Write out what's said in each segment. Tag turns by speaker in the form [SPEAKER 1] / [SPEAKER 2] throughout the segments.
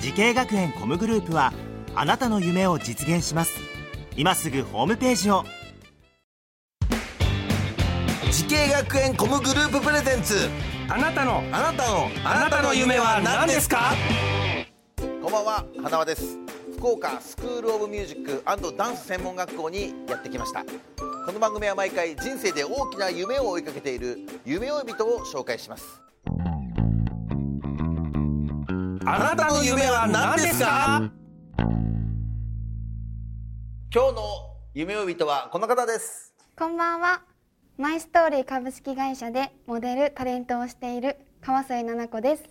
[SPEAKER 1] 時系学園コムグループはあなたの夢を実現します今すぐホームページを
[SPEAKER 2] 時系学園コムグループプレゼンツ
[SPEAKER 3] あなたの
[SPEAKER 2] あなたの
[SPEAKER 3] あなたの夢は何ですか
[SPEAKER 2] こんばんは花輪です福岡スクールオブミュージックダンス専門学校にやってきましたこの番組は毎回人生で大きな夢を追いかけている夢追い人を紹介します
[SPEAKER 3] あなたの夢は何ですか
[SPEAKER 2] 今日の夢追い人はこの方です
[SPEAKER 4] こんばんは。マイストーリー株式会社でモデルタレントをしている川添奈々子です。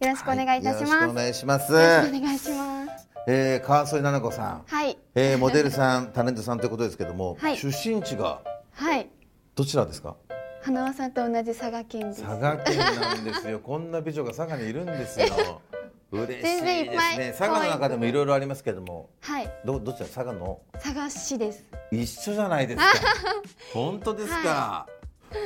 [SPEAKER 4] よろしくお願いいたします。
[SPEAKER 2] よろしくお
[SPEAKER 4] よろし
[SPEAKER 2] 願いします、
[SPEAKER 4] くお願いします。
[SPEAKER 2] えー、川添奈々子さん、
[SPEAKER 4] はい
[SPEAKER 2] えー、モデルさんタレントさんということですけども、
[SPEAKER 4] はい
[SPEAKER 2] 出身地が
[SPEAKER 4] はい。
[SPEAKER 2] どちらですか
[SPEAKER 4] 花輪さんと同じ佐賀県です。
[SPEAKER 2] 佐賀県なんですよ こんな美女が佐賀にいるんですよ嬉しいです
[SPEAKER 4] 全然いっぱい
[SPEAKER 2] ね佐賀の中でもいろいろありますけども
[SPEAKER 4] はい。
[SPEAKER 2] どどちら佐賀の
[SPEAKER 4] 佐賀市です。
[SPEAKER 2] 一緒じゃないです か本当ですか、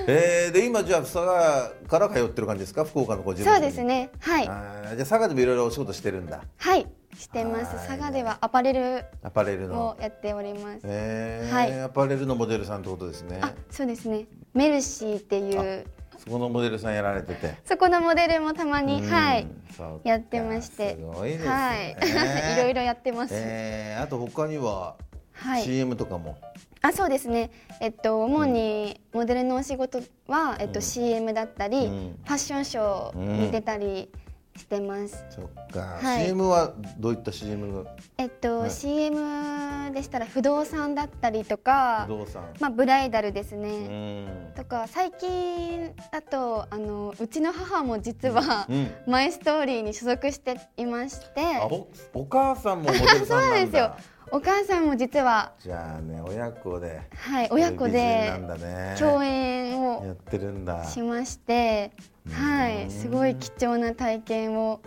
[SPEAKER 2] えー、で今じゃあ佐賀から通ってる感じですか福岡のご自
[SPEAKER 4] そう
[SPEAKER 2] 分
[SPEAKER 4] ですね。はい。
[SPEAKER 2] あーじゃあ佐賀でもいろいろお仕事してるんだ
[SPEAKER 4] はい。してます。
[SPEAKER 2] はい
[SPEAKER 4] 佐賀ではアパレル
[SPEAKER 2] アパレルの
[SPEAKER 4] をやっております。
[SPEAKER 2] えー
[SPEAKER 4] はい
[SPEAKER 2] アパレルのモデルさんってことですね
[SPEAKER 4] あ、そうですね。メルシーっていう
[SPEAKER 2] そこのモデルさんやられてて
[SPEAKER 4] そこのモデルもたまに
[SPEAKER 2] うん
[SPEAKER 4] はい
[SPEAKER 2] そうか
[SPEAKER 4] やってまして、
[SPEAKER 2] すごいですね
[SPEAKER 4] はい。い ろいろやってます。
[SPEAKER 2] えー、あと他には
[SPEAKER 4] はい。
[SPEAKER 2] CM とかも、
[SPEAKER 4] あそうですね、えっと、主にモデルのお仕事は、えっと、CM だったり、
[SPEAKER 2] うん
[SPEAKER 4] ファッションショーに出たりしてます、
[SPEAKER 2] そっか、
[SPEAKER 4] はい
[SPEAKER 2] CM はどういった CM が
[SPEAKER 4] えっと、
[SPEAKER 2] はい
[SPEAKER 4] CM でしたら不動産だったりとか
[SPEAKER 2] 不、動産
[SPEAKER 4] まあ、ブライダルです
[SPEAKER 2] う
[SPEAKER 4] ね、
[SPEAKER 2] ん
[SPEAKER 4] とか最近だとあのうちの母も実は、
[SPEAKER 2] うん
[SPEAKER 4] マイストーリーに所属していまして
[SPEAKER 2] あおお母さんもモデルさんなんだ
[SPEAKER 4] そうなんですお母さんも実は、
[SPEAKER 2] じゃあね親子で
[SPEAKER 4] はい、親子で
[SPEAKER 2] 恋人なんだね
[SPEAKER 4] 共演を
[SPEAKER 2] やってるんだ
[SPEAKER 4] しまして、は
[SPEAKER 2] うん
[SPEAKER 4] い、すごい貴重な体験を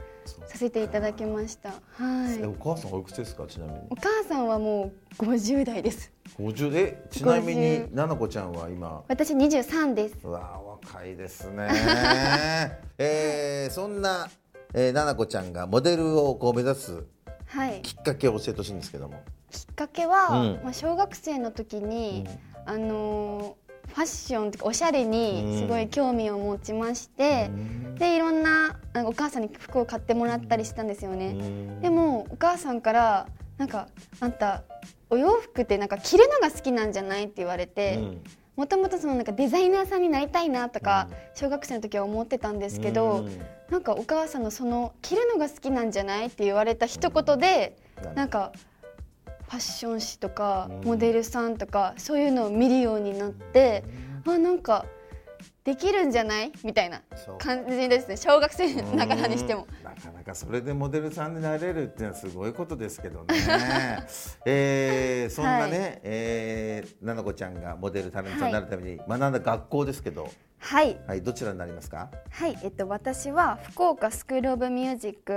[SPEAKER 4] させていただきました。は
[SPEAKER 2] えお
[SPEAKER 4] い。
[SPEAKER 2] 母さんおいくつですかちなみに
[SPEAKER 4] お母さんはもう50代です。
[SPEAKER 2] 50でちなみに
[SPEAKER 4] 50
[SPEAKER 2] ななこちゃんは今
[SPEAKER 4] 私23です。
[SPEAKER 2] うわあ若いですね えー、そんな、えー、ななこちゃんがモデルをこう目指す
[SPEAKER 4] はい。
[SPEAKER 2] きっかけを教えてほしいんですけども
[SPEAKER 4] きっかけは、
[SPEAKER 2] うん
[SPEAKER 4] まあ小学生の時に、あのーファッションとかおしゃれにすごい興味を持ちまして、でいろんなあのお母さんに服を買ってもらったりしたんですよね。でもお母さんからなんかあんたお洋服ってなんか着るのが好きなんじゃないって言われて。
[SPEAKER 2] うん
[SPEAKER 4] もともとそのなんかデザイナーさんになりたいなとか、小学生の時は思ってたんですけど、
[SPEAKER 2] うん
[SPEAKER 4] なんかお母さんのその着るのが好きなんじゃないって言われた一言で、
[SPEAKER 2] うん
[SPEAKER 4] なんかファッション誌とか、
[SPEAKER 2] うん
[SPEAKER 4] モデルさんとかそういうのを見るようになって、あなんかできるんじゃないみたいな
[SPEAKER 2] そう
[SPEAKER 4] 感じですね小学生の中にしても。
[SPEAKER 2] なかなかそれでモデルさんになれるっていうのはすごいことですけどね。えー、そんなね、
[SPEAKER 4] は
[SPEAKER 2] えー、ななこちゃんがモデルタレントさんになるために学んだ学校ですけど、
[SPEAKER 4] はい
[SPEAKER 2] はい、どちらになりますか。
[SPEAKER 4] はい、えっと、私は福岡スクール・オブ・ミュージック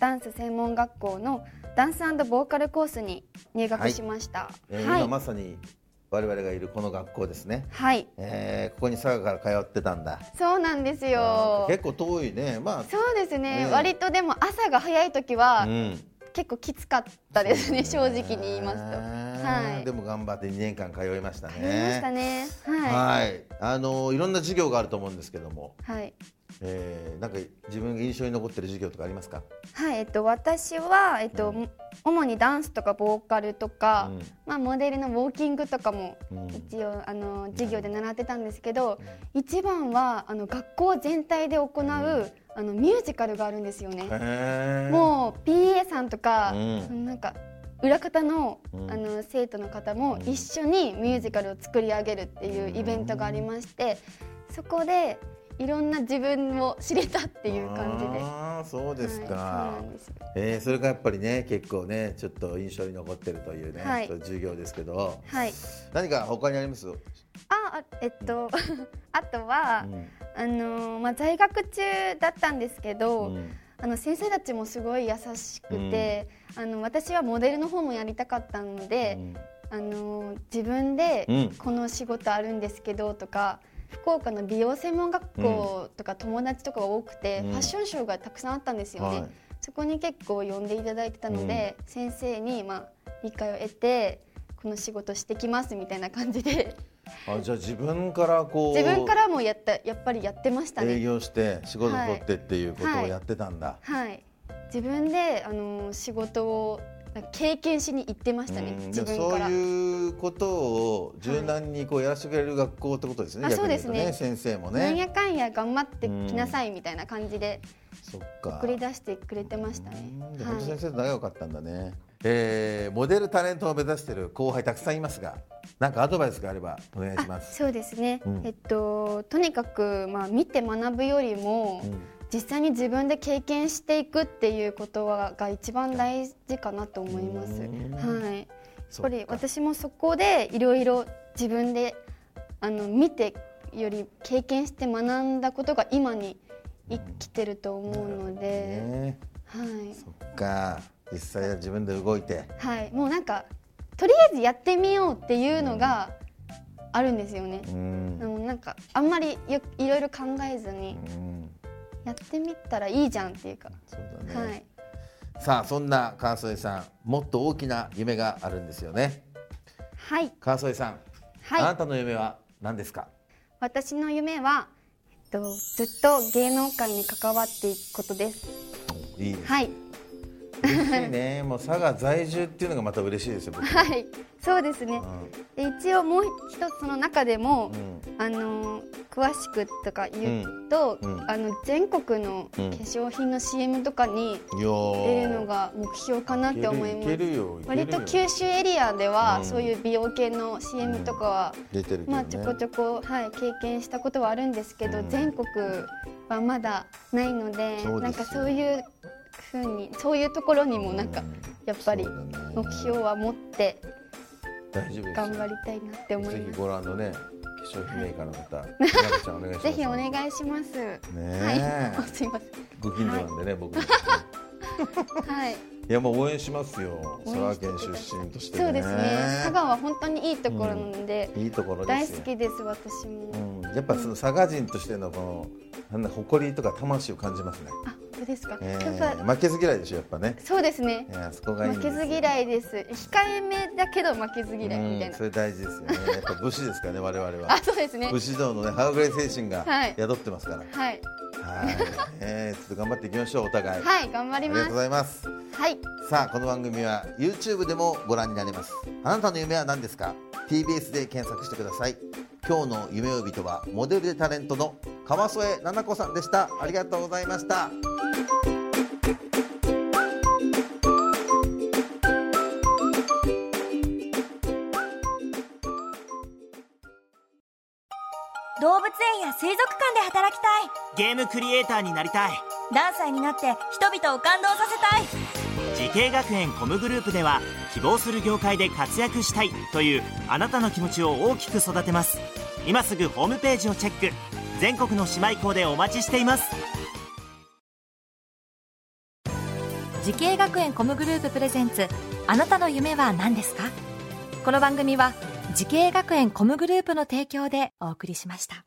[SPEAKER 4] ダンス専門学校のダンスボーカルコースに入学しました。
[SPEAKER 2] え
[SPEAKER 4] はい、
[SPEAKER 2] ー今まさに我々がいるこの学校ですね。
[SPEAKER 4] はい
[SPEAKER 2] えー、ここに佐賀から通ってたんだ。
[SPEAKER 4] そうなんです
[SPEAKER 2] あー
[SPEAKER 4] よ。
[SPEAKER 2] 結構遠いね、まあ。
[SPEAKER 4] そうですね、
[SPEAKER 2] ね
[SPEAKER 4] 割とでも朝が早い時は、
[SPEAKER 2] ん。
[SPEAKER 4] 結構きつかったですね、正直に言いますと。はい。
[SPEAKER 2] でも頑張って2年間通いましたね。
[SPEAKER 4] ありましたね。は
[SPEAKER 2] はい、あのいろんな授業があると思うんですけども、
[SPEAKER 4] い。はい。
[SPEAKER 2] えー、なんか自分が印象に残ってる授業とかありますか？
[SPEAKER 4] はい、えっと、私は、えっと、主にダンスとかボーカルとか、
[SPEAKER 2] うん
[SPEAKER 4] まあ、モデルのウォーキングとかも
[SPEAKER 2] うん
[SPEAKER 4] 一応、あの授業で習ってたんですけど、一番はあの学校全体で行う、あのミュージカルがあるんですよね。
[SPEAKER 2] へー
[SPEAKER 4] もう PA さんとか、
[SPEAKER 2] うん
[SPEAKER 4] そのなんか裏方の,、
[SPEAKER 2] うん
[SPEAKER 4] あの生徒の方も一緒にミュージカルを作り上げるっていうイベントがありまして、そこでいろんな自分を知れたっていう感じで。は
[SPEAKER 2] ああそう
[SPEAKER 4] い
[SPEAKER 2] ですか、
[SPEAKER 4] そうなんです
[SPEAKER 2] えーそれがやっぱりね結構ねちょっと印象に残ってるというね、
[SPEAKER 4] はい
[SPEAKER 2] そういう授業ですけど
[SPEAKER 4] はい。
[SPEAKER 2] 何か他にあります、うん
[SPEAKER 4] あ、あえっと、 あとは、あのーまあ、在学中だったんですけど、
[SPEAKER 2] うん
[SPEAKER 4] あの先生たちもすごい優しくて、あの私はモデルの方もやりたかったので、あのー自分で
[SPEAKER 2] うん
[SPEAKER 4] この仕事あるんですけどとか、福岡の美容専門学校とか友達とかが多くて、
[SPEAKER 2] うん
[SPEAKER 4] ファッションショーがたくさんあったんですよね、
[SPEAKER 2] はい
[SPEAKER 4] そこに結構呼んでいただいてたので、先生にまあ理解を得てこの仕事してきますみたいな感じで
[SPEAKER 2] あじゃあ自分からこう
[SPEAKER 4] 自分からもやったやっぱりやってましたね
[SPEAKER 2] 営業して仕事取ってっていうことをやってたんだ、
[SPEAKER 4] はい、自分であの仕事をなんか経験しに行ってましたね、
[SPEAKER 2] うん
[SPEAKER 4] 自
[SPEAKER 2] でも
[SPEAKER 4] 分
[SPEAKER 2] そう
[SPEAKER 4] から。
[SPEAKER 2] いうことを柔軟にこうやらせてくれる学校ってことですね、
[SPEAKER 4] あ
[SPEAKER 2] 逆に言と
[SPEAKER 4] そうです
[SPEAKER 2] 先生も
[SPEAKER 4] なん
[SPEAKER 2] ね
[SPEAKER 4] やかんや頑張ってきなさいみたいな感じで
[SPEAKER 2] そっか
[SPEAKER 4] 送り出してくれてましたね
[SPEAKER 2] うん。で本当
[SPEAKER 4] は
[SPEAKER 2] 先生と仲良かったんだね、えーモデルタレントを目指している後輩たくさんいますがなんかアドバイスがあればお願いしま
[SPEAKER 4] い、
[SPEAKER 2] す
[SPEAKER 4] そうですね、
[SPEAKER 2] うん
[SPEAKER 4] えっと、とにかく、まあ、見て学ぶよりも、
[SPEAKER 2] うん
[SPEAKER 4] 実際に自分で経験していくっていうことはが一番大事かなと思います。
[SPEAKER 2] うん
[SPEAKER 4] はい、やっ
[SPEAKER 2] そ
[SPEAKER 4] ぱ
[SPEAKER 2] っ
[SPEAKER 4] り
[SPEAKER 2] か
[SPEAKER 4] 私もそこでいろいろ自分であの見てより経験して学んだことが今に生きてると思うので、
[SPEAKER 2] ね
[SPEAKER 4] はい、
[SPEAKER 2] そっか実際は自分で動いて
[SPEAKER 4] はい、もうなんかとりあえずやってみようっていうのがあるんですよね。
[SPEAKER 2] うん
[SPEAKER 4] でもなんかあんまりよいろいろ考えずに
[SPEAKER 2] うん
[SPEAKER 4] やってみたらいいじゃんっていうか、
[SPEAKER 2] そうだね、
[SPEAKER 4] はい、
[SPEAKER 2] さあそんな川添さんもっと大きな夢があるんですよね
[SPEAKER 4] はい、
[SPEAKER 2] 川添さん、あ
[SPEAKER 4] は、
[SPEAKER 2] ないたの夢は何ですか
[SPEAKER 4] 私の夢は。えっとずっと芸能界に関わっていくことです。
[SPEAKER 2] いいです、
[SPEAKER 4] はい、
[SPEAKER 2] 嬉しい ねもう佐賀在住っていうのがまた嬉しいですよ僕
[SPEAKER 4] はい、そうですね。で一応もう一つその中でも、
[SPEAKER 2] う
[SPEAKER 4] あのー詳しくとか言うと、
[SPEAKER 2] うんうん
[SPEAKER 4] あの全国の化
[SPEAKER 2] うん
[SPEAKER 4] 粧品の CM とか
[SPEAKER 2] ん、
[SPEAKER 4] に
[SPEAKER 2] いやー
[SPEAKER 4] 出るのが目標かなって思い
[SPEAKER 2] い
[SPEAKER 4] ま
[SPEAKER 2] け
[SPEAKER 4] す。
[SPEAKER 2] るよいけるよ
[SPEAKER 4] 割と九州エリアでは、そういう美容系の CM とかは、
[SPEAKER 2] 出てるけど、ね
[SPEAKER 4] まあちょこちょこはい経験したことはあるんですけど、
[SPEAKER 2] うん
[SPEAKER 4] 全国はまだないので
[SPEAKER 2] そうですよ
[SPEAKER 4] なんかそういうふうにそういうところにもなんか、やっぱり
[SPEAKER 2] そうだね
[SPEAKER 4] 目標は持って
[SPEAKER 2] 大丈夫ですよ
[SPEAKER 4] 頑張りたいなって思い
[SPEAKER 2] ぜ
[SPEAKER 4] ま
[SPEAKER 2] ひ
[SPEAKER 4] す。
[SPEAKER 2] ご覧のね化粧品メーカーの 方、ひなこちゃんお願いします
[SPEAKER 4] ぜひお願いします。
[SPEAKER 2] ねえ
[SPEAKER 4] はい、 すいません。
[SPEAKER 2] ご近所なんでね、僕も
[SPEAKER 4] はい。
[SPEAKER 2] いやもう応援しますよ
[SPEAKER 4] 応
[SPEAKER 2] 佐
[SPEAKER 4] 援
[SPEAKER 2] 賀
[SPEAKER 4] して
[SPEAKER 2] 県
[SPEAKER 4] ください
[SPEAKER 2] 出身としてね
[SPEAKER 4] そうですね。佐賀は本当にいいところなので、
[SPEAKER 2] いいところで
[SPEAKER 4] 大
[SPEAKER 2] すよ
[SPEAKER 4] 好きです私も。
[SPEAKER 2] うん、やっぱその佐賀人としてのこのなんだ誇りとか魂を感じますね、
[SPEAKER 4] あ、本当ですか。
[SPEAKER 2] え
[SPEAKER 4] やっ
[SPEAKER 2] ー、
[SPEAKER 4] ぱ
[SPEAKER 2] 負けず嫌いでしょやっぱね、
[SPEAKER 4] そうですね
[SPEAKER 2] え。ー、あそこがいいん
[SPEAKER 4] 負
[SPEAKER 2] です
[SPEAKER 4] け
[SPEAKER 2] よ
[SPEAKER 4] ず嫌いです。控えめだけど負けず嫌いみた
[SPEAKER 2] う
[SPEAKER 4] い
[SPEAKER 2] ん
[SPEAKER 4] な
[SPEAKER 2] そ。れ大事ですよねやっぱ武士ですからね我々は
[SPEAKER 4] あ、そうですね
[SPEAKER 2] 武。士道のねハーグレイ精神が
[SPEAKER 4] はい
[SPEAKER 2] 宿ってますからはい、
[SPEAKER 4] はい。
[SPEAKER 2] えーちょっと頑張っていきましょうお互い、
[SPEAKER 4] はい、頑張
[SPEAKER 2] あ
[SPEAKER 4] り
[SPEAKER 2] りが
[SPEAKER 4] ま
[SPEAKER 2] とう
[SPEAKER 4] す
[SPEAKER 2] ご。ざいます
[SPEAKER 4] はい。
[SPEAKER 2] さあこの番組は YouTube でもご覧になれますあなたの夢は何ですか TBS で検索してください今日の夢呼びとはモデルでタレントの川添菜々子さんでしたありがとうございました
[SPEAKER 5] 動物園や水族館で働きたい
[SPEAKER 1] ゲームクリエイターになりたい
[SPEAKER 5] 何歳になって人々を感動させたい
[SPEAKER 1] 時系学園コムグループでは希望する業界で活躍したいというあなたの気持ちを大きく育てます今すぐホームページをチェック全国の姉妹校でお待ちしています
[SPEAKER 6] 時系学園コムグループプレゼンツあなたの夢は何ですかこの番組は時系学園コムグループの提供でお送りしました